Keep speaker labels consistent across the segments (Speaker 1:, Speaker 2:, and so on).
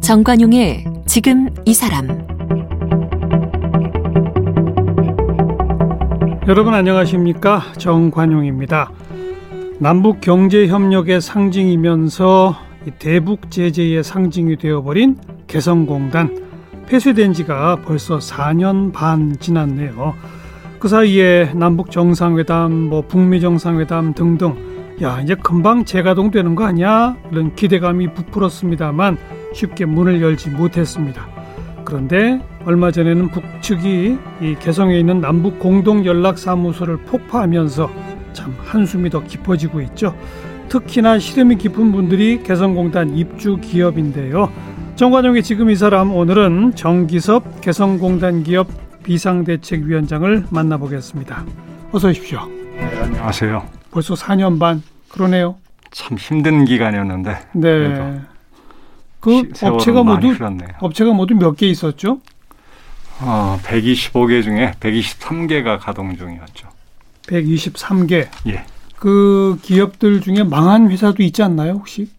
Speaker 1: 정관용의 지금 이 사람
Speaker 2: 여러분 안녕하십니까 정관용입니다. 남북 경제 협력의 상징이면서 이 대북 제재의 상징이 되어버린 개성공단 폐쇄된 지가 벌써 4년 반 지났네요. 그 사이에 남북 정상회담, 뭐 북미 정상회담 등등 야 이제 금방 재가동되는 거 아니야? 이런 기대감이 부풀었습니다만 쉽게 문을 열지 못했습니다. 그런데 얼마 전에는 북측이 이 개성에 있는 남북 공동 연락 사무소를 폭파하면서 참 한숨이 더 깊어지고 있죠. 특히나 시름이 깊은 분들이 개성공단 입주 기업인데요. 정관용의 지금 이 사람 오늘은 정기섭 개성공단 기업 비상대책위원장을 만나보겠습니다. 어서 오십시오.
Speaker 3: 안녕하세요.
Speaker 2: 벌써 4년 반 그러네요.
Speaker 3: 참 힘든 기간이었는데
Speaker 2: 네.
Speaker 3: 그래도
Speaker 2: 그
Speaker 3: 시- 세월은
Speaker 2: 업체가
Speaker 3: 많이
Speaker 2: 모두
Speaker 3: 흘렀네요.
Speaker 2: 업체가 모두 몇 개 있었죠?
Speaker 3: 어, 125개 중에 123개가 가동 중이었죠.
Speaker 2: 123개.
Speaker 3: 예,
Speaker 2: 그 기업들 중에 망한 회사도 있지 않나요, 혹시?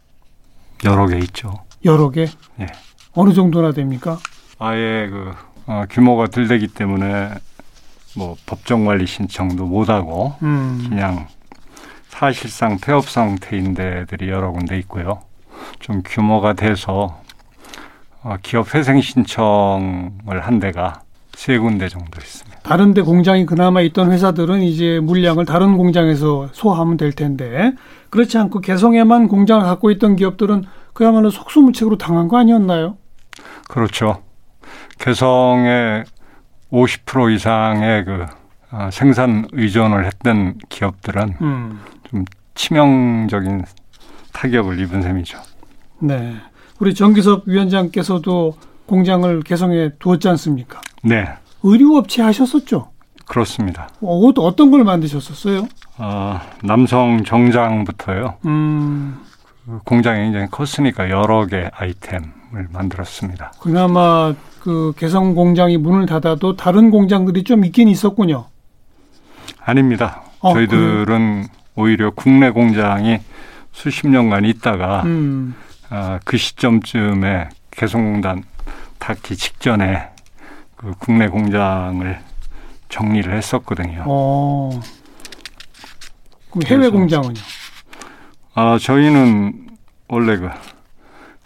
Speaker 3: 여러 개 있죠.
Speaker 2: 여러 개?
Speaker 3: 예,
Speaker 2: 어느 정도나 됩니까?
Speaker 3: 아예 그 어, 규모가 들되기 때문에 뭐 법정 관리 신청도 못 하고
Speaker 2: 음.
Speaker 3: 그냥 사실상 폐업 상태인 데들이 여러 군데 있고요. 좀 규모가 돼서 어, 기업 회생 신청을 한 데가 세 군데 정도 있습니다.
Speaker 2: 다른 데 공장이 그나마 있던 회사들은 이제 물량을 다른 공장에서 소화하면 될 텐데 그렇지 않고 개성에만 공장을 갖고 있던 기업들은 그야말로 속수무책으로 당한 거 아니었나요?
Speaker 3: 그렇죠. 개성의 50% 이상의 그 아, 생산 의존을 했던 기업들은
Speaker 2: 음.
Speaker 3: 치명적인 타격을 입은 셈이죠.
Speaker 2: 네. 우리 정기섭 위원장께서도 공장을 개성에 두었지 않습니까?
Speaker 3: 네,
Speaker 2: 의류업체 하셨었죠?
Speaker 3: 그렇습니다.
Speaker 2: 어, 옷 어떤 걸 만드셨었어요?
Speaker 3: 아, 남성 정장부터요.
Speaker 2: 음.
Speaker 3: 그 공장이 굉장히 컸으니까 여러 개 아이템을 만들었습니다.
Speaker 2: 그나마 그 개성 공장이 문을 닫아도 다른 공장들이 좀 있긴 있었군요.
Speaker 3: 아닙니다.
Speaker 2: 어,
Speaker 3: 저희들은 오히려 국내 공장이 수십 년간 있다가
Speaker 2: 음.
Speaker 3: 아, 그 시점쯤에 개성공단 닫기 직전에 그 국내 공장을 정리를 했었거든요.
Speaker 2: 어. 그럼 해외
Speaker 3: 아. 그래서-
Speaker 2: 공장은요?
Speaker 3: 아, 저희는 원래 그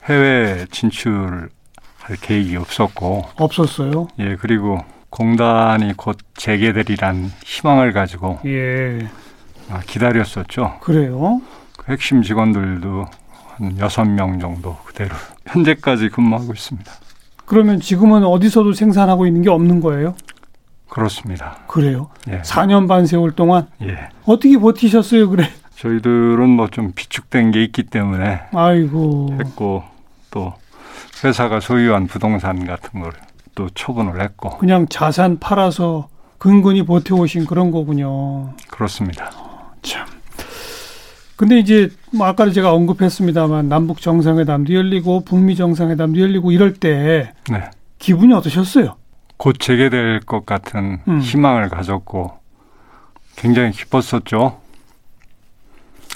Speaker 3: 해외 진출할 계획이 없었고,
Speaker 2: 없었어요.
Speaker 3: 예, 그리고 공단이 곧 재개되리란 희망을 가지고
Speaker 2: 예.
Speaker 3: 아, 기다렸었죠.
Speaker 2: 그래요.
Speaker 3: 그 핵심 직원들도 한 여섯 명 정도 그대로 현재까지 근무하고 있습니다.
Speaker 2: 그러면 지금은 어디서도 생산하고 있는 게 없는 거예요?
Speaker 3: 그렇습니다.
Speaker 2: 그래요.
Speaker 3: 예.
Speaker 2: 4년 반 세월 동안
Speaker 3: 예.
Speaker 2: 어떻게 버티셨어요, 그래?
Speaker 3: 저희들은 뭐 좀 비축된 게 있기 때문에
Speaker 2: 아이고.
Speaker 3: 했고 또 회사가 소유한 부동산 같은 걸 또 처분을 했고
Speaker 2: 그냥 자산 팔아서 근근히 버텨오신 그런 거군요.
Speaker 3: 그렇습니다.
Speaker 2: 참. 근데 이제 뭐 아까도 제가 언급했습니다만 남북 정상회담도 열리고 북미 정상회담도 열리고 이럴 때
Speaker 3: 네.
Speaker 2: 기분이 어떠셨어요?
Speaker 3: 곧 재개될 것 같은
Speaker 2: 음.
Speaker 3: 희망을 가졌고 굉장히 기뻤었죠.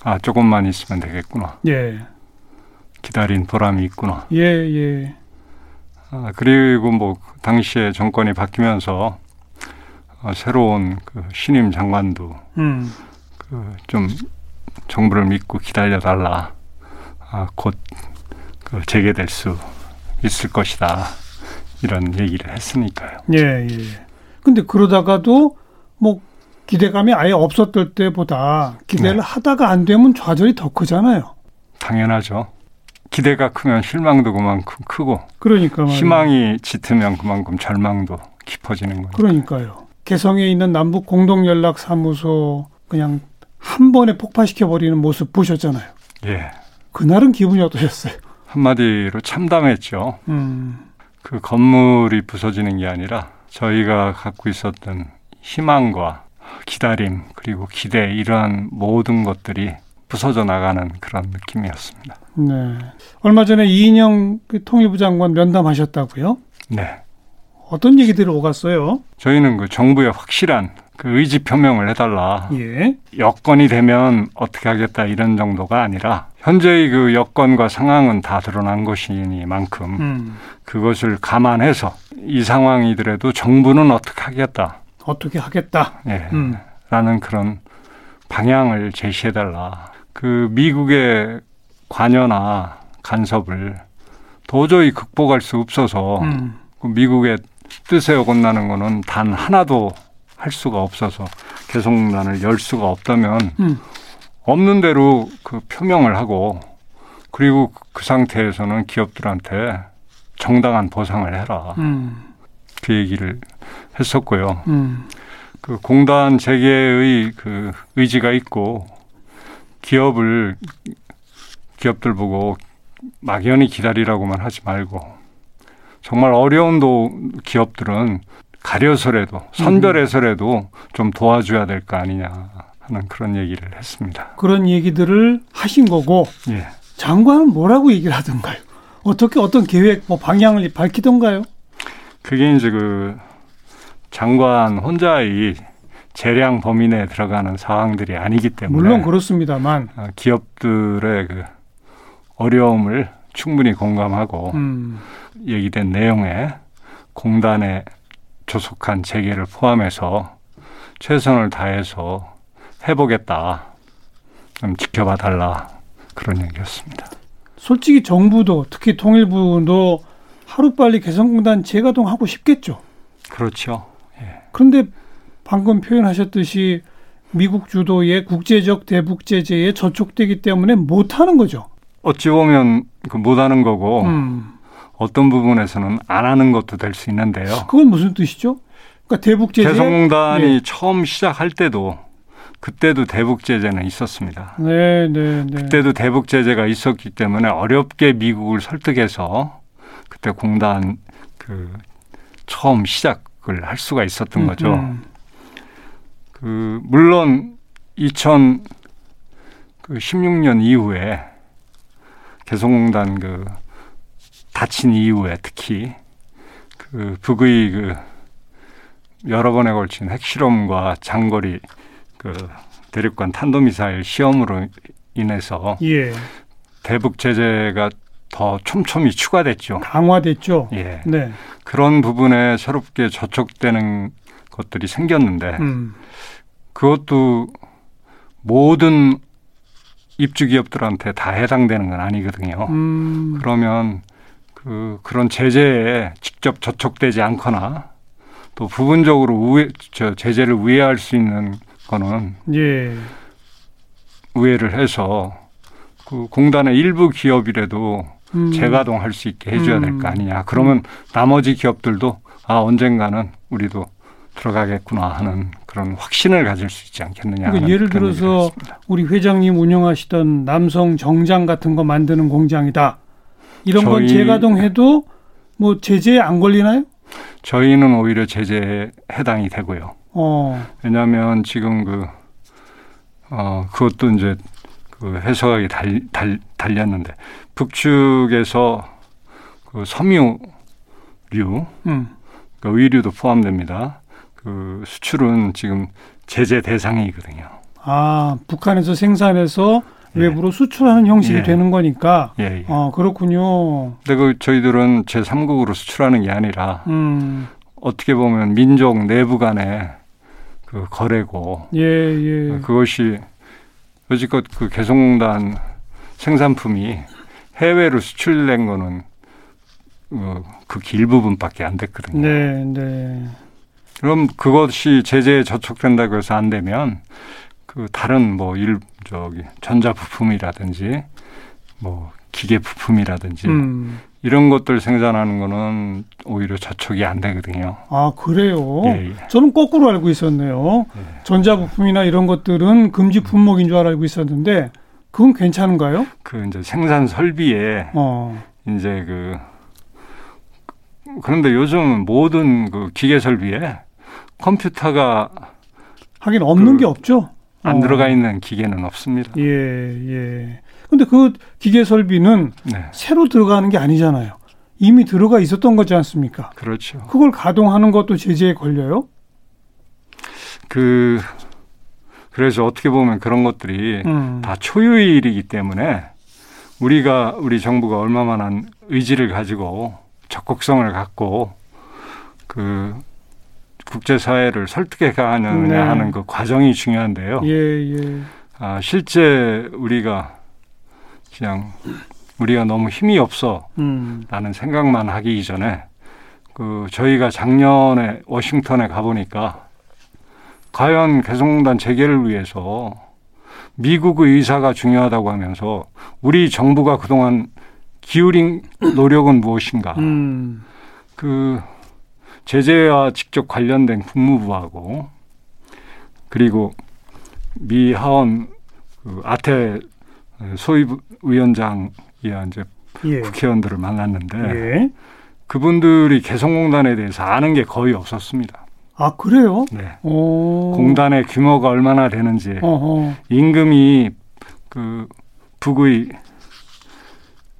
Speaker 3: 아 조금만 있으면 되겠구나.
Speaker 2: 예,
Speaker 3: 기다린 보람이 있구나.
Speaker 2: 예, 예.
Speaker 3: 아, 그리고 뭐 당시에 정권이 바뀌면서 어, 새로운 그 신임 장관도
Speaker 2: 음,
Speaker 3: 그 좀 정부를 믿고 기다려 달라. 아, 곧 그, 재개될 수 있을 것이다. 이런 얘기를 했으니까요.
Speaker 2: 예, 예. 근데 그러다가도 뭐 기대감이 아예 없었을 때보다 기대를
Speaker 3: 네.
Speaker 2: 하다가 안 되면 좌절이 더 크잖아요.
Speaker 3: 당연하죠. 기대가 크면 실망도 그만큼 크고
Speaker 2: 그러니까 말이에요.
Speaker 3: 희망이 짙으면 그만큼 절망도 깊어지는 거예요.
Speaker 2: 그러니까요. 개성에 있는 남북 공동 연락 사무소 그냥 한 번에 폭파시켜 버리는 모습 보셨잖아요.
Speaker 3: 예.
Speaker 2: 그날은 기분이 어떠셨어요?
Speaker 3: 한마디로 참담했죠.
Speaker 2: 음,
Speaker 3: 그 건물이 부서지는 게 아니라 저희가 갖고 있었던 희망과 기다림 그리고 기대 이러한 모든 것들이 부서져 나가는 그런 느낌이었습니다.
Speaker 2: 네. 얼마 전에 이인영 그 통일부 장관 면담하셨다고요?
Speaker 3: 네.
Speaker 2: 어떤 얘기들을 오갔어요?
Speaker 3: 저희는 그 정부의 확실한 그 의지 표명을 해달라.
Speaker 2: 예.
Speaker 3: 여건이 되면 어떻게 하겠다 이런 정도가 아니라 현재의 그 여건과 상황은 다 드러난 것이니만큼
Speaker 2: 음.
Speaker 3: 그것을 감안해서 이 상황이더라도 정부는 어떻게 하겠다.
Speaker 2: 어떻게 하겠다.
Speaker 3: 예.
Speaker 2: 음.
Speaker 3: 라는 그런 방향을 제시해달라. 그 미국의 관여나 간섭을 도저히 극복할 수 없어서
Speaker 2: 음.
Speaker 3: 그 미국의 뜻에 어긋나는 거는 단 하나도 할 수가 없어서 개성난을 열 수가 없다면
Speaker 2: 음.
Speaker 3: 없는 대로 그 표명을 하고 그리고 그- 그 상태에서는 기업들한테 정당한 보상을 해라
Speaker 2: 음.
Speaker 3: 그 얘기를 했었고요.
Speaker 2: 음.
Speaker 3: 그 공단 재개의 그 의지가 있고 기업을 기업들 보고 막연히 기다리라고만 하지 말고 정말 어려운 도 기업들은 가려서라도 선별해서라도 좀 도와줘야 될 거 아니냐 하는 그런 얘기를 했습니다.
Speaker 2: 그런 얘기들을 하신 거고
Speaker 3: 예.
Speaker 2: 장관은 뭐라고 얘기를 하던가요? 어떻게 어떤 계획, 뭐 방향을 밝히던가요?
Speaker 3: 그게 이제 그 장관 혼자의 재량 범위 내에 들어가는 사항들이 아니기 때문에
Speaker 2: 물론 그렇죠. 그렇습니다만,
Speaker 3: 아, 기업들의 그 어려움을 충분히 공감하고
Speaker 2: 음,
Speaker 3: 얘기된 내용에 공단에 조속한 재개를 포함해서 최선을 다해서 해보겠다. 좀 지켜봐 달라 그런 얘기였습니다.
Speaker 2: 솔직히 정부도 특히 통일부도 하루빨리 개성공단 재가동하고 싶겠죠.
Speaker 3: 그렇죠.
Speaker 2: 그런데 방금 표현하셨듯이 미국 주도의 국제적 대북 제재에 저촉되기 때문에 못 하는 거죠.
Speaker 3: 어찌 보면 그 못하는 거고
Speaker 2: 음,
Speaker 3: 어떤 부분에서는 안 하는 것도 될 수 있는데요.
Speaker 2: 그건 무슨 뜻이죠? 그러니까 대북 제재
Speaker 3: 개성공단이 처음 시작할 때도 그때도 대북 제재는 있었습니다.
Speaker 2: 네, 네, 네.
Speaker 3: 그때도 대북 제재가 있었기 때문에 어렵게 미국을 설득해서 그때 공단 그 처음 시작을 할 수가 있었던 거죠.
Speaker 2: 음,
Speaker 3: 그 물론 그 2016년 이후에 개성공단 그 닫힌 이후에 특히 그 북의 그 여러 번에 걸친 핵실험과 장거리 그 대륙간 탄도미사일 시험으로 인해서
Speaker 2: 예,
Speaker 3: 대북 제재가 더 촘촘히 추가됐죠.
Speaker 2: 강화됐죠.
Speaker 3: 어. 예.
Speaker 2: 네,
Speaker 3: 그런 부분에 새롭게 저촉되는 것들이 생겼는데
Speaker 2: 음,
Speaker 3: 그것도 모든 입주 기업들한테 다 해당되는 건 아니거든요.
Speaker 2: 음,
Speaker 3: 그러면 그 그런 제재에 직접 저촉되지 않거나 또 부분적으로 우회, 저 제재를 우회할 수 있는 거는
Speaker 2: 예,
Speaker 3: 우회를 해서 그 공단의 일부 기업이라도
Speaker 2: 음,
Speaker 3: 재가동할 수 있게 해줘야 될
Speaker 2: 음.
Speaker 3: 거 아니냐. 그러면 나머지 기업들도 아 언젠가는 우리도 들어가겠구나 하는 그런 확신을 가질 수 있지 않겠느냐.
Speaker 2: 그러니까
Speaker 3: 하는
Speaker 2: 예를
Speaker 3: 그런 얘기를
Speaker 2: 들어서
Speaker 3: 했습니다.
Speaker 2: 우리 회장님 운영하시던 남성 정장 같은 거 만드는 공장이다. 이런 건
Speaker 3: 저희-
Speaker 2: 재가동해도 뭐 제재에 안 걸리나요?
Speaker 3: 저희는 오히려 제재에 해당이 되고요.
Speaker 2: 어,
Speaker 3: 왜냐하면 지금 그 어, 그것도 이제 그 해석하기 달, 달, 달렸는데 북측에서 그 섬유류
Speaker 2: 음,
Speaker 3: 그러니까 의류도 포함됩니다. 그 수출은 지금 제재 대상이거든요.
Speaker 2: 아 북한에서 생산해서
Speaker 3: 예.
Speaker 2: 외부로 수출하는 형식이
Speaker 3: 예.
Speaker 2: 되는 거니까.
Speaker 3: 예, 예.
Speaker 2: 아 그렇군요.
Speaker 3: 근데 그 저희들은 제3국으로 수출하는 게 아니라
Speaker 2: 음,
Speaker 3: 어떻게 보면 민족 내부 간의 그 거래고
Speaker 2: 예, 예.
Speaker 3: 아, 그것이 여지껏 그 개성공단 생산품이 해외로 수출된 거는 어, 극히 일부분밖에 안 됐거든요.
Speaker 2: 네, 네.
Speaker 3: 그럼 그것이 제재에 저촉된다고 해서 안 되면 그 다른 뭐 일 저기 전자 부품이라든지 뭐 기계 부품이라든지
Speaker 2: 음,
Speaker 3: 이런 것들 생산하는 거는 오히려 저촉이 안 되거든요.
Speaker 2: 아 그래요.
Speaker 3: 예, 예.
Speaker 2: 저는 거꾸로 알고 있었네요. 전자부품이나 이런 것들은 금지 품목인 줄 알고 있었는데 그건 괜찮은가요?
Speaker 3: 그 이제 생산 설비에
Speaker 2: 어.
Speaker 3: 이제 그 그런데 요즘 모든 그 기계 설비에 컴퓨터가
Speaker 2: 하긴 없는
Speaker 3: 그-
Speaker 2: 게 없죠.
Speaker 3: 안
Speaker 2: 어.
Speaker 3: 들어가 있는 기계는 없습니다.
Speaker 2: 예, 예. 근데 그 기계 설비는
Speaker 3: 네,
Speaker 2: 새로 들어가는 게 아니잖아요. 이미 들어가 있었던 거지 않습니까?
Speaker 3: 그렇죠.
Speaker 2: 그걸 가동하는 것도 제재에 걸려요?
Speaker 3: 그 그래서 어떻게 보면 그런 것들이
Speaker 2: 음.
Speaker 3: 다 초유일이기 때문에 우리가 우리 정부가 얼마만한 의지를 가지고 적극성을 갖고 그 국제 사회를 설득해 가느냐
Speaker 2: 네.
Speaker 3: 하는 그 과정이 중요한데요.
Speaker 2: 예, 예.
Speaker 3: 아, 실제 우리가 그냥 우리가 너무 힘이 없어
Speaker 2: 음.
Speaker 3: 라는 생각만 하기 이전에 그 저희가 작년에 워싱턴에 가보니까 과연 개성공단 재개를 위해서 미국의 의사가 중요하다고 하면서 우리 정부가 그동안 기울인 노력은 무엇인가
Speaker 2: 음.
Speaker 3: 그 제재와 직접 관련된 국무부하고 그리고 미 하원 그 아태 소위 위원장이야 이제
Speaker 2: 예.
Speaker 3: 국회의원들을 만났는데
Speaker 2: 예.
Speaker 3: 네. 그분들이 개성공단에 대해서 아는 게 거의 없었습니다.
Speaker 2: 아, 그래요?
Speaker 3: 네.
Speaker 2: 오.
Speaker 3: 공단의 규모가 얼마나 되는지,
Speaker 2: 어허.
Speaker 3: 임금이 그 북의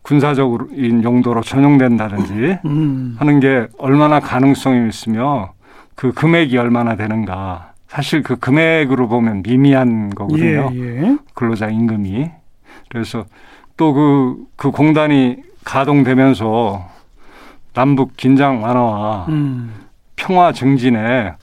Speaker 3: 군사적인 용도로 전용된다든지
Speaker 2: 음.
Speaker 3: 하는 게 얼마나 가능성이 있으며 그 금액이 얼마나 되는가. 사실 그 금액으로 보면 미미한 거거든요.
Speaker 2: 예, 예.
Speaker 3: 근로자 임금이. 그래서 또 그, 그 공단이 가동되면서 남북 긴장 완화와
Speaker 2: 음.
Speaker 3: 평화 증진에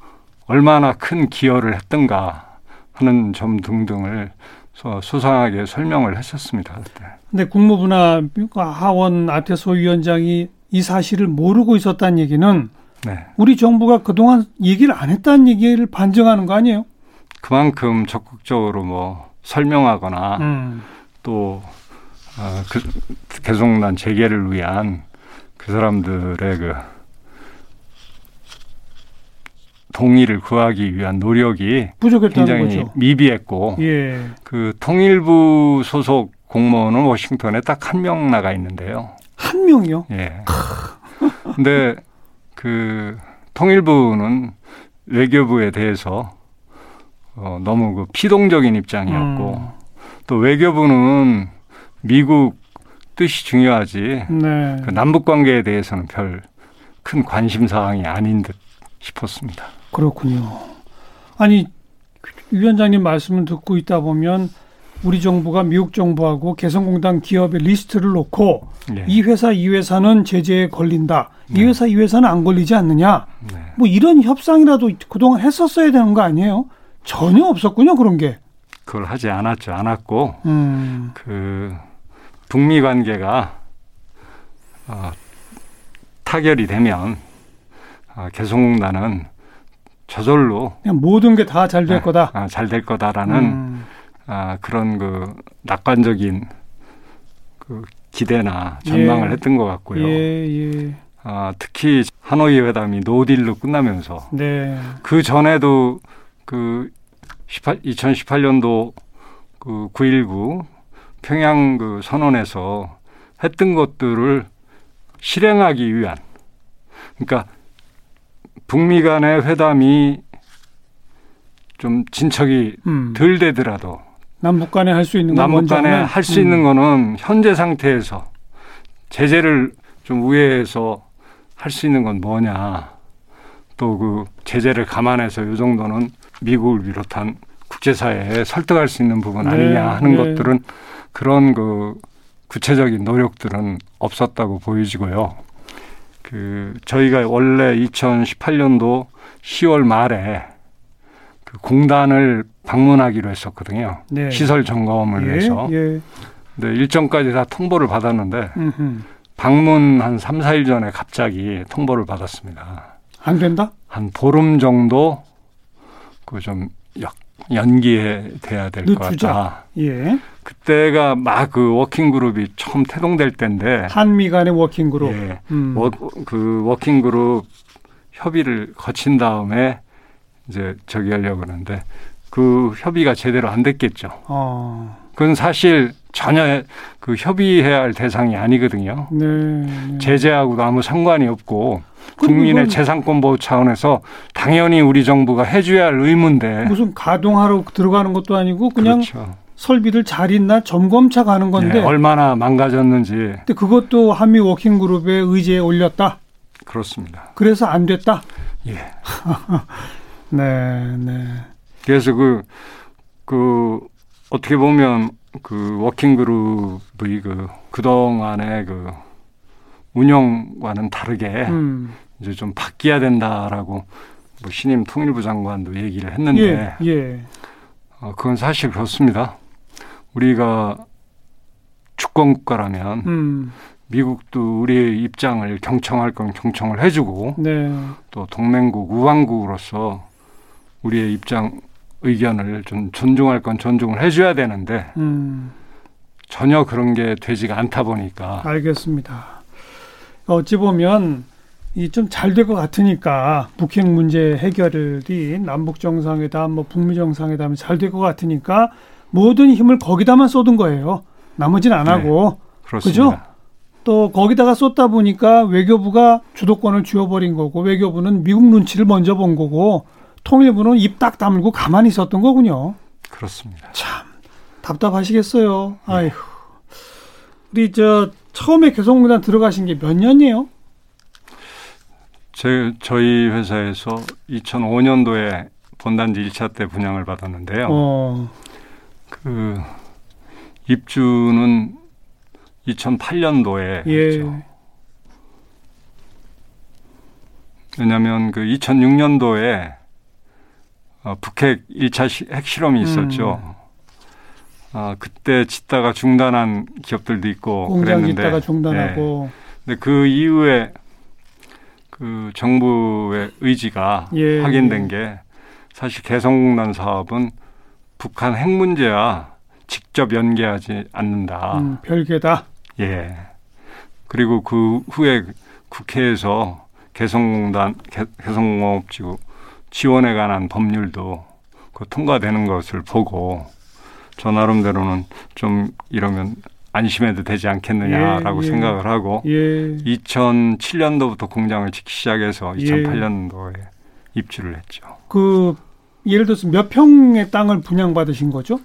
Speaker 3: 얼마나 큰 기여를 했던가 하는 점 등등을 소- 소상하게 설명을 했었습니다. 그때.
Speaker 2: 근데 국무부나 하원 아태소 위원장이 이 사실을 모르고 있었다는 얘기는
Speaker 3: 네.
Speaker 2: 우리 정부가 그동안 얘기를 안 했다는 얘기를 반증하는 거 아니에요?
Speaker 3: 그만큼 적극적으로 뭐 설명하거나
Speaker 2: 음.
Speaker 3: 또 어, 그, 개성난 재개를 위한 그 사람들의 그 동의를 구하기 위한 노력이
Speaker 2: 부족했다는
Speaker 3: 굉장히
Speaker 2: 거죠.
Speaker 3: 미비했고
Speaker 2: 예.
Speaker 3: 그 통일부 소속 공무원은 워싱턴에 딱 한 명 나가 있는데요.
Speaker 2: 한 명이요?
Speaker 3: 예. 근데 그 통일부는 외교부에 대해서 어, 너무 그 피동적인 입장이었고
Speaker 2: 음.
Speaker 3: 또 외교부는 미국 뜻이 중요하지
Speaker 2: 네.
Speaker 3: 그 남북 관계에 대해서는 별 큰 관심 사항이 아닌 듯 싶었습니다.
Speaker 2: 그렇군요. 아니 위원장님 말씀을 듣고 있다 보면 우리 정부가 미국 정부하고 개성공단 기업의 리스트를 놓고
Speaker 3: 예.
Speaker 2: 이 회사 이 회사는 제재에 걸린다. 이
Speaker 3: 네.
Speaker 2: 회사 이 회사는 안 걸리지 않느냐.
Speaker 3: 네.
Speaker 2: 뭐 이런 협상이라도 그동안 했었어야 되는 거 아니에요? 전혀 없었군요 그런 게.
Speaker 3: 그걸 하지 않았죠. 않았고
Speaker 2: 음.
Speaker 3: 그 북미 관계가 어, 타결이 되면 어, 개성공단은 저절로 어,
Speaker 2: 그냥 모든 게 다 잘 될 거다.
Speaker 3: 잘 될 네. 거다라는
Speaker 2: 음.
Speaker 3: 아, 그런 그 낙관적인 그 기대나 전망을
Speaker 2: 예.
Speaker 3: 했던 것 같고요.
Speaker 2: 예 예.
Speaker 3: 아, 특히 하노이 회담이 노딜로 끝나면서
Speaker 2: 네.
Speaker 3: 그 전에도 그 18, 2018년도 그 9.19 평양 그 선언에서 했던 것들을 실행하기 위한 그러니까 북미 간의 회담이 좀 진척이
Speaker 2: 음.
Speaker 3: 덜 되더라도
Speaker 2: 남북 간에 할 수 있는 건
Speaker 3: 남북
Speaker 2: 뭔지
Speaker 3: 간에
Speaker 2: 알면-
Speaker 3: 할 수 있는
Speaker 2: 음.
Speaker 3: 거는 현재 상태에서 제재를 좀 우회해서 할 수 있는 건 뭐냐. 또 그 제재를 감안해서 요 정도는 미국을 비롯한 국제사회에 설득할 수 있는 부분
Speaker 2: 네,
Speaker 3: 아니냐 하는
Speaker 2: 네.
Speaker 3: 것들은 그런 그 구체적인 노력들은 없었다고 보여지고요. 그 저희가 원래 2018년도 10월 말에 그 공단을 방문하기로 했었거든요.
Speaker 2: 네.
Speaker 3: 시설 점검을
Speaker 2: 예,
Speaker 3: 해서
Speaker 2: 예.
Speaker 3: 근데 일정까지 다 통보를 받았는데
Speaker 2: 음흠.
Speaker 3: 방문 한 3, 4일 전에 갑자기 통보를 받았습니다.
Speaker 2: 안 된다?
Speaker 3: 한 보름 정도 그 좀 연기해 돼야 될 것
Speaker 2: 늦추자.
Speaker 3: 같다.
Speaker 2: 예.
Speaker 3: 그때가 막 그 워킹 그룹이 처음 태동될 때인데
Speaker 2: 한미 간의 워킹 그룹.
Speaker 3: 예,
Speaker 2: 음.
Speaker 3: 워, 그 워킹 그룹 협의를 거친 다음에 이제 저기 하려고 그러는데 그 협의가 제대로 안 됐겠죠.
Speaker 2: 어.
Speaker 3: 그건 사실 전혀 그 협의해야 할 대상이 아니거든요.
Speaker 2: 네. 네.
Speaker 3: 제재하고도 아무 상관이 없고
Speaker 2: 그리고
Speaker 3: 국민의
Speaker 2: 이건
Speaker 3: 재산권 보호 차원에서 당연히 우리 정부가 해줘야 할 의무인데
Speaker 2: 무슨 가동하러 들어가는 것도 아니고 그냥
Speaker 3: 그렇죠.
Speaker 2: 설비들 잘 있나 점검차 가는 건데.
Speaker 3: 예, 얼마나 망가졌는지
Speaker 2: 근데 그것도 한미 워킹 그룹의 의제에 올렸다.
Speaker 3: 그렇습니다.
Speaker 2: 그래서 안 됐다.
Speaker 3: 예.
Speaker 2: 네, 네.
Speaker 3: 그래서 그, 그, 어떻게 보면 그 워킹그룹의 그, 그동안의 그 운영과는 다르게
Speaker 2: 음.
Speaker 3: 이제 좀 바뀌어야 된다라고 뭐 신임 통일부 장관도 얘기를 했는데
Speaker 2: 예, 예.
Speaker 3: 어, 그건 사실 그렇습니다. 우리가 주권국가라면
Speaker 2: 음.
Speaker 3: 미국도 우리의 입장을 경청할 건 경청을 해주고
Speaker 2: 네.
Speaker 3: 또 동맹국 우방국으로서 우리의 입장 의견을 좀 존중할 건 존중을 해줘야 되는데
Speaker 2: 음.
Speaker 3: 전혀 그런 게 되지가 않다 보니까
Speaker 2: 알겠습니다. 어찌 보면 이 좀 잘 될 것 같으니까 북핵 문제 해결이 남북 정상회담, 뭐 북미 정상회담이 잘 될 것 같으니까 모든 힘을 거기다만 쏟은 거예요. 나머지는 안
Speaker 3: 네.
Speaker 2: 하고
Speaker 3: 그렇습니다.
Speaker 2: 또 거기다가 쏟다 보니까 외교부가 주도권을 쥐어버린 거고 외교부는 미국 눈치를 먼저 본 거고 통일부는 입 딱 다물고 가만히 있었던 거군요.
Speaker 3: 그렇습니다
Speaker 2: 답답하시겠어요. 아휴. 우리 저 처음에 개성공단 들어가신 게 몇 년이에요?
Speaker 3: 제, 저희 회사에서 2005년도에 본단지 1차 때 분양을 받았는데요.
Speaker 2: 어.
Speaker 3: 그 입주는 2008년도에 그렇죠.
Speaker 2: 예.
Speaker 3: 왜냐하면 그 2006년도에 어, 북핵 1차 시-
Speaker 2: 음.
Speaker 3: 핵실험이 있었죠. 아, 그때 짓다가 중단한 기업들도 있고
Speaker 2: 공장
Speaker 3: 뭐 그랬는데
Speaker 2: 있다가 중단하고
Speaker 3: 예. 근데 그 이후에 그 정부의 의지가
Speaker 2: 예,
Speaker 3: 확인된
Speaker 2: 예.
Speaker 3: 게 사실 개성공단 사업은 북한 핵 문제와 직접 연계하지 않는다.
Speaker 2: 음, 별개다.
Speaker 3: 예. 그리고 그 후에 국회에서 개성공단 개- 개성공업지구 지원에 관한 법률도 그 통과되는 것을 보고 저 나름대로는 좀 이러면 안심해도 되지 않겠느냐라고
Speaker 2: 예, 예.
Speaker 3: 생각을 하고
Speaker 2: 예.
Speaker 3: 2007년도부터 공장을 짓기 시작해서
Speaker 2: 예.
Speaker 3: 2008년도에 입주를 했죠.
Speaker 2: 그 예를 들어서 몇 평의 땅을 분양받으신 거죠?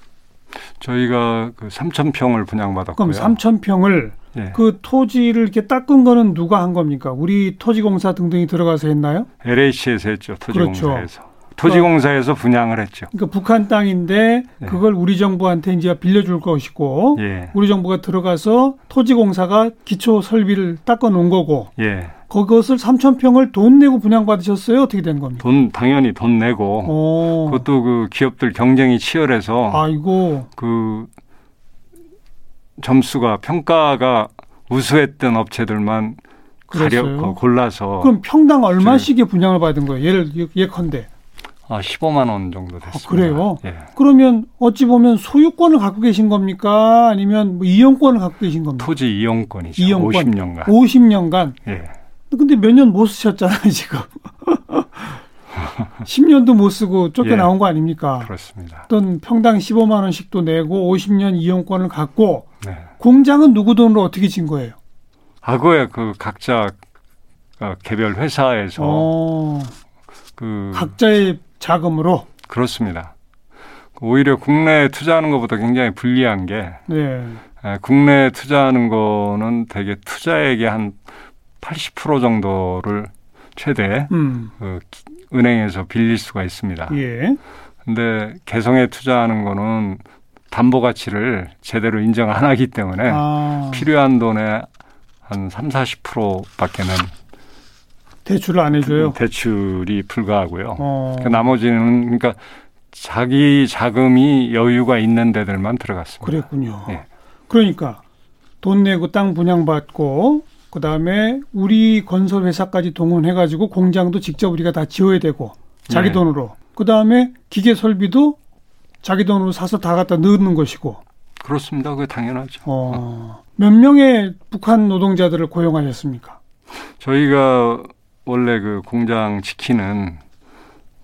Speaker 3: 저희가 그 3,000평을 분양받았고요.
Speaker 2: 그럼 3천 평을
Speaker 3: 예.
Speaker 2: 그 토지를 이렇게 닦은 거는 누가 한 겁니까? 우리 토지공사 등등이 들어가서 했나요?
Speaker 3: LH에서 했죠. 토지공사에서.
Speaker 2: 그러니까-
Speaker 3: 토지공사에서 분양을 했죠.
Speaker 2: 그러니까 북한 땅인데
Speaker 3: 네.
Speaker 2: 그걸 우리 정부한테 이제 빌려줄 것이고
Speaker 3: 예.
Speaker 2: 우리 정부가 들어가서 토지공사가 기초 설비를 닦아 놓은 거고
Speaker 3: 예.
Speaker 2: 그것을 3천 평을 돈 내고 분양받으셨어요? 어떻게 된 겁니까?
Speaker 3: 돈 당연히 돈 내고
Speaker 2: 어,
Speaker 3: 그것도 그 기업들 경쟁이 치열해서
Speaker 2: 아이고,
Speaker 3: 그 점수가 평가가 우수했던 업체들만
Speaker 2: 그랬어요?
Speaker 3: 가려 골라서
Speaker 2: 그럼 평당 얼마씩의 분양을 받은 거예요? 예를 예컨대
Speaker 3: 아 15만 원 정도 됐습니다.
Speaker 2: 아, 그래요?
Speaker 3: 예.
Speaker 2: 그러면 어찌 보면 소유권을 갖고 계신 겁니까? 아니면 뭐 이용권을 갖고 계신 겁니까?
Speaker 3: 토지 이용권이죠.
Speaker 2: 이용권.
Speaker 3: 50년간.
Speaker 2: 50년간
Speaker 3: 예.
Speaker 2: 근데 몇 년 못 쓰셨잖아요, 지금. 10년도 못 쓰고 쫓겨나온 거 아닙니까?
Speaker 3: 그렇습니다.
Speaker 2: 어떤 평당 15만 원씩도 내고 50년 이용권을 갖고
Speaker 3: 네.
Speaker 2: 공장은 누구 돈으로 어떻게 진 거예요?
Speaker 3: 과거에 그 각자 어, 개별 회사에서
Speaker 2: 어,
Speaker 3: 그
Speaker 2: 각자의 자금으로.
Speaker 3: 그렇습니다. 오히려 국내에 투자하는 것보다 굉장히 불리한 게
Speaker 2: 네.
Speaker 3: 예, 국내에 투자하는 거는 대개 투자액의 한 80% 정도를 최대
Speaker 2: 음.
Speaker 3: 그 기- 은행에서 빌릴 수가 있습니다.
Speaker 2: 예.
Speaker 3: 근데 개성에 투자하는 거는 담보 가치를 제대로 인정 안 하기 때문에
Speaker 2: 아,
Speaker 3: 필요한 돈의 한 3, 40%밖에는
Speaker 2: 대출을 안 해줘요.
Speaker 3: 대출이 불가하고요.
Speaker 2: 어.
Speaker 3: 그 나머지는 그러니까 자기 자금이 여유가 있는 데들만 들어갔습니다.
Speaker 2: 그랬군요.
Speaker 3: 예.
Speaker 2: 그러니까 돈 내고 땅 분양받고 그다음에 우리 건설 회사까지 동원해 가지고 공장도 직접 우리가 다 지어야 되고 자기
Speaker 3: 네.
Speaker 2: 돈으로. 그다음에 기계 설비도 자기 돈으로 사서 다 갖다 넣는 것이고.
Speaker 3: 그렇습니다. 그게 당연하죠. 아.
Speaker 2: 어. 몇 명의 북한 노동자들을 고용하셨습니까?
Speaker 3: 저희가 원래 그 공장 지키는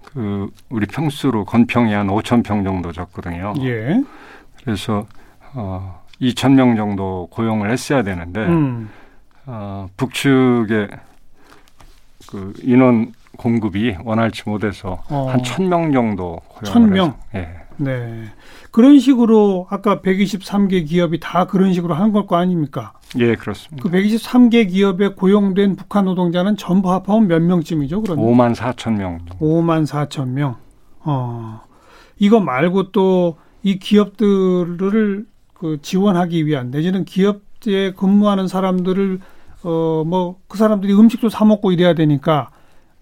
Speaker 3: 그 우리 평수로 건평이 한 5천 평 정도 졌거든요.
Speaker 2: 예.
Speaker 3: 그래서 어 2천 명 정도 고용을 했어야 되는데
Speaker 2: 음.
Speaker 3: 어, 북측의 그 인원 공급이 원활치 못해서
Speaker 2: 어.
Speaker 3: 한 천 명 정도 고용을
Speaker 2: 천 명?
Speaker 3: 해서- 예.
Speaker 2: 네. 그런 식으로 아까 123개 기업이 다 그런 식으로 한 걸 거 아닙니까?
Speaker 3: 예, 그렇습니다.
Speaker 2: 그 123개 기업에 고용된 북한 노동자는 전부 합하면 몇 명쯤이죠? 그러면
Speaker 3: 5만 4천 명 정도.
Speaker 2: 5만 4천 명. 어. 이거 말고 또 이 기업들을 그 지원하기 위한 내지는 기업에 근무하는 사람들을 어 뭐 그 사람들이 음식도 사 먹고 이래야 되니까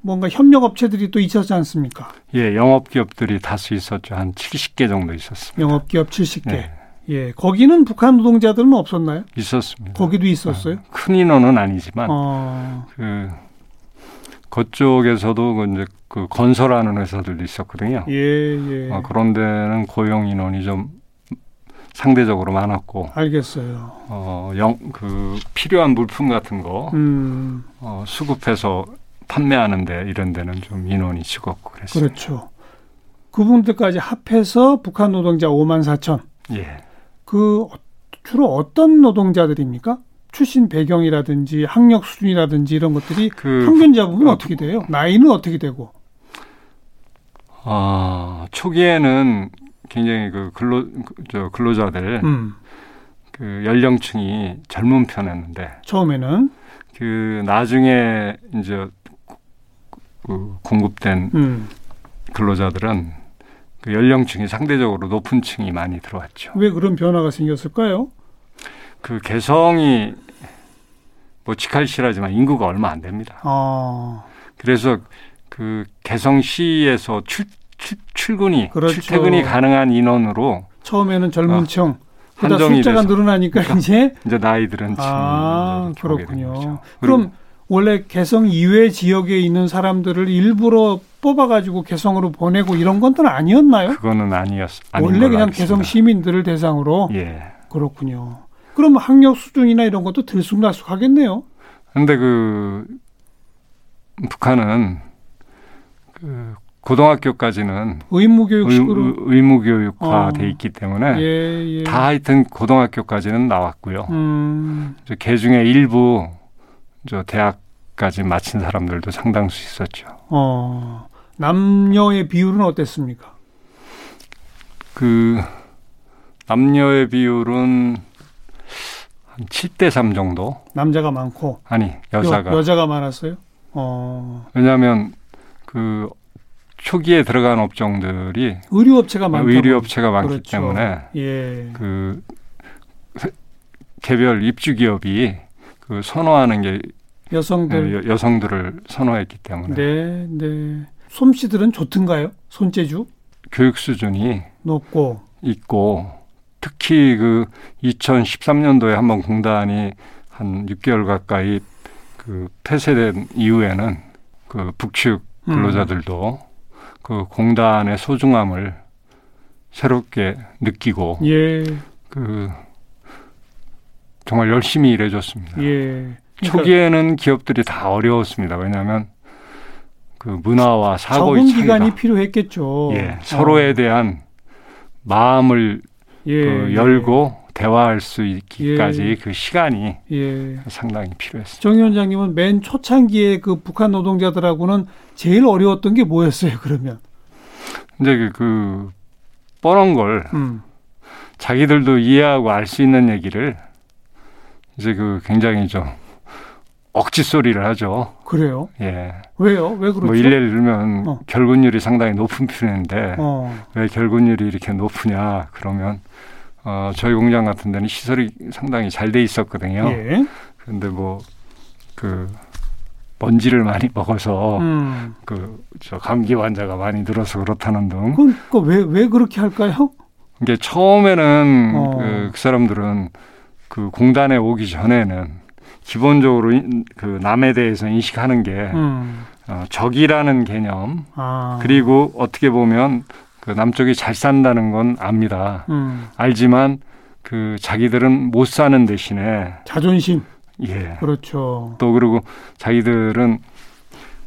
Speaker 2: 뭔가 협력 업체들이 또 있었지 않습니까?
Speaker 3: 예, 영업 기업들이 다수 있었죠. 한 70개 정도 있었습니다.
Speaker 2: 영업 기업 70개.
Speaker 3: 네,
Speaker 2: 예. 거기는 북한 노동자들은 없었나요?
Speaker 3: 있었습니다.
Speaker 2: 거기도 있었어요?
Speaker 3: 큰 인원은 아니지만 네.
Speaker 2: 어.
Speaker 3: 그 그쪽에서도 그 이제 그 건설하는 회사들도 있었거든요.
Speaker 2: 예, 예.
Speaker 3: 어, 그런 데는 고용 인원이 좀 상대적으로 많았고
Speaker 2: 알겠어요.
Speaker 3: 어, 영, 그 필요한 물품 같은 거
Speaker 2: 음.
Speaker 3: 어, 수급해서 판매하는데 이런 데는 좀 인원이 적었고 그랬어요.
Speaker 2: 그렇죠. 그분들까지 합해서 북한 노동자 5만 4천.
Speaker 3: 예.
Speaker 2: 그 어- 주로 어떤 노동자들입니까? 출신 배경이라든지 학력 수준이라든지 이런 것들이
Speaker 3: 그
Speaker 2: 평균 잡으면 어떻게 돼요? 나이는 어떻게 되고?
Speaker 3: 어, 초기에는 굉장히 그 근로 그 저 근로자들
Speaker 2: 음.
Speaker 3: 그 연령층이 젊은 편이었는데
Speaker 2: 처음에는
Speaker 3: 그 나중에 이제 그 공급된
Speaker 2: 음.
Speaker 3: 근로자들은 그 연령층이 상대적으로 높은 층이 많이 들어왔죠.
Speaker 2: 왜 그런 변화가 생겼을까요?
Speaker 3: 그 개성이 뭐 직할실하지만 인구가 얼마 안 됩니다.
Speaker 2: 아,
Speaker 3: 그래서 그 개성시에서 출, 출, 출근이
Speaker 2: 그렇죠.
Speaker 3: 출퇴근이 가능한 인원으로
Speaker 2: 처음에는
Speaker 3: 아,
Speaker 2: 젊은 층, 그다
Speaker 3: 한정이
Speaker 2: 숫자가
Speaker 3: 돼서 그러니까.
Speaker 2: 늘어나니까 이제
Speaker 3: 이제 나이 들은 층이
Speaker 2: 아,
Speaker 3: 이제 들어오게 된
Speaker 2: 그렇군요.
Speaker 3: 거죠.
Speaker 2: 그럼 원래 개성 이외 지역에 있는 사람들을 일부러 뽑아가지고 개성으로 보내고 이런 건 또 아니었나요?
Speaker 3: 그거는 아니었 아닌
Speaker 2: 원래
Speaker 3: 걸로
Speaker 2: 그냥
Speaker 3: 알겠습니다.
Speaker 2: 개성 시민들을 대상으로
Speaker 3: 예.
Speaker 2: 그렇군요. 그럼 학력 수준이나 이런 것도 들쑥날쑥하겠네요.
Speaker 3: 근데 그 북한은 그 고등학교까지는
Speaker 2: 의무
Speaker 3: 의,
Speaker 2: 교육식으로
Speaker 3: 의무 교육화
Speaker 2: 어.
Speaker 3: 돼 있기 때문에
Speaker 2: 예, 예.
Speaker 3: 다 하여튼 고등학교까지는 나왔고요.
Speaker 2: 음,
Speaker 3: 이제 개 중에 일부 저 대학까지 마친 사람들도 상당수 있었죠.
Speaker 2: 어. 남녀의 비율은 어땠습니까?
Speaker 3: 그 남녀의 비율은 한 7대 3 정도?
Speaker 2: 남자가 많고
Speaker 3: 아니, 여자가.
Speaker 2: 여, 여자가 많았어요. 어.
Speaker 3: 왜냐하면 그 초기에 들어간 업종들이
Speaker 2: 의료업체가 많다.
Speaker 3: 의료업체가 많기
Speaker 2: 그렇죠.
Speaker 3: 때문에
Speaker 2: 예.
Speaker 3: 그 회- 개별 입주 기업이 그 선호하는 게
Speaker 2: 여성들
Speaker 3: 네, 여, 성들을 선호했기 때문에
Speaker 2: 네, 네. 솜씨들은 좋든가요? 손재주
Speaker 3: 교육 수준이
Speaker 2: 높고
Speaker 3: 있고 특히 그 2013년도에 한번 공단이 한 6개월 가까이 그 폐쇄된 이후에는 그 북측
Speaker 2: 음,
Speaker 3: 근로자들도 그 공단의 소중함을 새롭게 느끼고
Speaker 2: 예,
Speaker 3: 그 정말 열심히 일해줬습니다.
Speaker 2: 예. 그러니까
Speaker 3: 네. 초기에는 기업들이 다 어려웠습니다. 왜냐하면 그 문화와 사고의
Speaker 2: 적응
Speaker 3: 차이가
Speaker 2: 기간이 어. 필요했겠죠.
Speaker 3: 예, 서로에 대한 마음을
Speaker 2: 어, 예,
Speaker 3: 그
Speaker 2: 예,
Speaker 3: 열고 대화할 수 있기까지
Speaker 2: 예.
Speaker 3: 그 시간이
Speaker 2: 예.
Speaker 3: 상당히 필요했습니다.
Speaker 2: 정 위원장님은 맨 초창기에 그 북한 노동자들하고는 제일 어려웠던 게 뭐였어요? 그러면
Speaker 3: 근데 그, 그 뻔한 걸
Speaker 2: 음.
Speaker 3: 자기들도 이해하고 알 수 있는 얘기를 이제 그 굉장히 좀 억지 소리를 하죠.
Speaker 2: 그래요?
Speaker 3: 예.
Speaker 2: 왜요? 왜 그렇죠?
Speaker 3: 뭐 일례를 들면
Speaker 2: 어.
Speaker 3: 결근율이 상당히 높은 편인데
Speaker 2: 어,
Speaker 3: 왜 결근율이 이렇게 높으냐 그러면 어, 저희 공장 같은 데는 시설이 상당히 잘 돼 있었거든요.
Speaker 2: 예.
Speaker 3: 그런데 뭐 그 먼지를 많이 먹어서
Speaker 2: 음.
Speaker 3: 그 저 감기 환자가 많이 늘어서 그렇다는 등
Speaker 2: 그건 그왜왜 그렇게 할까요?
Speaker 3: 이게 처음에는
Speaker 2: 어.
Speaker 3: 그, 그 사람들은 그 공단에 오기 전에는 기본적으로 인- 그 남에 대해서 인식하는 게
Speaker 2: 음.
Speaker 3: 어, 적이라는 개념
Speaker 2: 아.
Speaker 3: 그리고 어떻게 보면 그 남쪽이 잘 산다는 건 압니다.
Speaker 2: 음.
Speaker 3: 알지만 그 자기들은 못 사는 대신에
Speaker 2: 자존심.
Speaker 3: 예.
Speaker 2: 그렇죠.
Speaker 3: 또 그리고 자기들은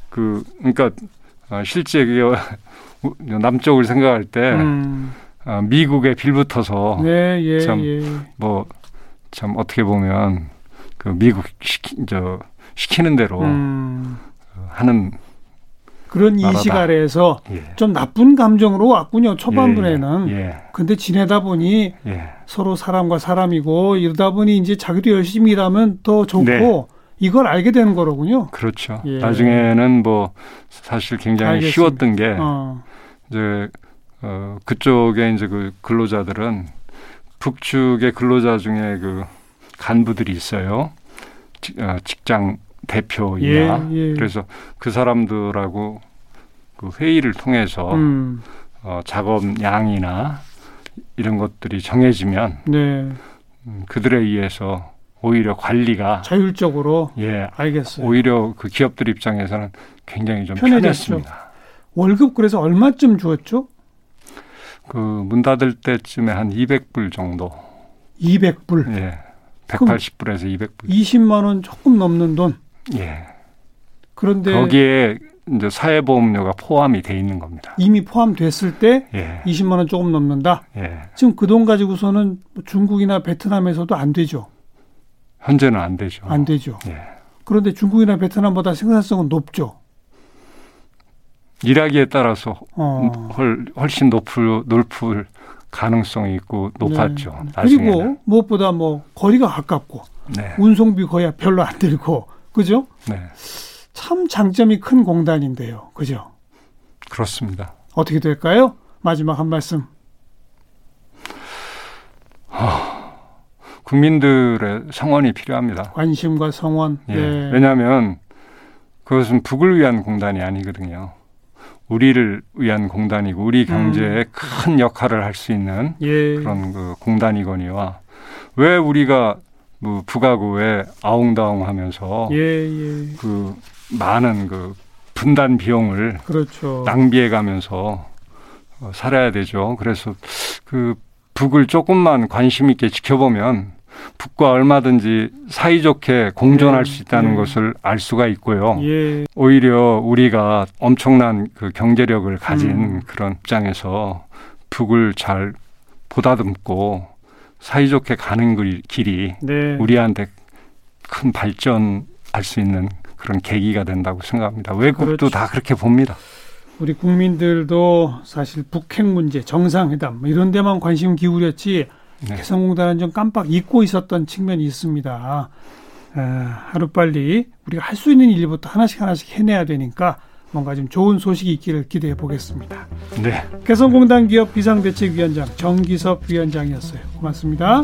Speaker 3: 그 그러니까 어, 실제 그게 남쪽을 생각할 때
Speaker 2: 음.
Speaker 3: 어, 미국에 예. 빌붙어서
Speaker 2: 네, 예,
Speaker 3: 참.
Speaker 2: 예.
Speaker 3: 뭐 참 어떻게 보면 그 미국 시키, 저 시키는 대로
Speaker 2: 음,
Speaker 3: 하는
Speaker 2: 그런
Speaker 3: 나라다.
Speaker 2: 인식 아래에서
Speaker 3: 예.
Speaker 2: 좀 나쁜 감정으로 왔군요 초반부에는.
Speaker 3: 예.
Speaker 2: 근데 지내다 보니
Speaker 3: 예. 예.
Speaker 2: 서로 사람과 사람이고 이러다 보니 이제 자기도 열심히 일하면 더 좋고
Speaker 3: 네.
Speaker 2: 이걸 알게 되는 거로군요.
Speaker 3: 그렇죠.
Speaker 2: 예.
Speaker 3: 나중에는 뭐 사실 굉장히
Speaker 2: 알겠습니다.
Speaker 3: 쉬웠던 게
Speaker 2: 어,
Speaker 3: 이제 어, 그쪽에 이제 그 근로자들은 북측의 근로자 중에 그 간부들이 있어요. 직- 어, 직장 대표이나
Speaker 2: 예, 예.
Speaker 3: 그래서 그 사람들하고 그 회의를 통해서
Speaker 2: 음,
Speaker 3: 어, 작업 양이나 이런 것들이 정해지면
Speaker 2: 네.
Speaker 3: 음, 그들에 의해서 오히려 관리가
Speaker 2: 자율적으로
Speaker 3: 예
Speaker 2: 알겠어요.
Speaker 3: 오히려 그 기업들 입장에서는 굉장히 좀
Speaker 2: 편해졌죠.
Speaker 3: 편했습니다.
Speaker 2: 월급 그래서 얼마쯤 주었죠?
Speaker 3: 그 문 닫을 때쯤에 한 200불 정도
Speaker 2: 200불.
Speaker 3: 예 180불에서 200불
Speaker 2: 20만 원 조금 넘는 돈.
Speaker 3: 예
Speaker 2: 그런데
Speaker 3: 거기에 이제 사회보험료가 포함이 돼 있는 겁니다.
Speaker 2: 이미 포함됐을 때
Speaker 3: 예
Speaker 2: 20만 원 조금 넘는다.
Speaker 3: 예.
Speaker 2: 지금 그 돈 가지고서는 뭐 중국이나 베트남에서도 안 되죠.
Speaker 3: 현재는 안 되죠.
Speaker 2: 안 되죠.
Speaker 3: 예.
Speaker 2: 그런데 중국이나 베트남보다 생산성은 높죠.
Speaker 3: 일하기에 따라서
Speaker 2: 어.
Speaker 3: 훨, 훨씬 높을 높을 가능성이 있고 높았죠.
Speaker 2: 네.
Speaker 3: 나중에는.
Speaker 2: 그리고 무엇보다 뭐 거리가 가깝고
Speaker 3: 네.
Speaker 2: 운송비 거의 별로 안 들고 그죠?
Speaker 3: 네.
Speaker 2: 참 장점이 큰 공단인데요. 그죠?
Speaker 3: 그렇습니다.
Speaker 2: 어떻게 될까요? 마지막 한 말씀.
Speaker 3: 국민들의 성원이 필요합니다.
Speaker 2: 관심과 성원.
Speaker 3: 예.
Speaker 2: 네.
Speaker 3: 왜냐하면 그것은 북을 위한 공단이 아니거든요. 우리를 위한 공단이고 우리 경제에
Speaker 2: 음.
Speaker 3: 큰 역할을 할 수 있는
Speaker 2: 예.
Speaker 3: 그런 그 공단이거니와 왜 우리가 뭐 북하고 왜 아웅다웅하면서
Speaker 2: 예, 예.
Speaker 3: 그 많은 그 분단 비용을
Speaker 2: 그렇죠.
Speaker 3: 낭비해 가면서 어, 살아야 되죠. 그래서 그 북을 조금만 관심 있게 지켜보면 북과 얼마든지 사이좋게 공존할
Speaker 2: 네,
Speaker 3: 수 있다는
Speaker 2: 네.
Speaker 3: 것을 알 수가 있고요.
Speaker 2: 예.
Speaker 3: 오히려 우리가 엄청난 그 경제력을 가진
Speaker 2: 음.
Speaker 3: 그런 입장에서 북을 잘 보다듬고 사이좋게 가는 길- 길이
Speaker 2: 네.
Speaker 3: 우리한테 큰 발전할 수 있는 그런 계기가 된다고 생각합니다. 외국도
Speaker 2: 그렇죠.
Speaker 3: 다 그렇게 봅니다.
Speaker 2: 우리 국민들도 사실 북핵 문제, 정상회담 뭐 이런 데만 관심 기울였지
Speaker 3: 네.
Speaker 2: 개성공단은 좀 깜빡 잊고 있었던 측면이 있습니다. 아, 하루빨리 우리가 할 수 있는 일부터 하나씩 하나씩 해내야 되니까 뭔가 좀 좋은 소식이 있기를 기대해 보겠습니다.
Speaker 3: 네.
Speaker 2: 개성공단 기업 비상대책위원장 정기섭 위원장이었어요. 고맙습니다.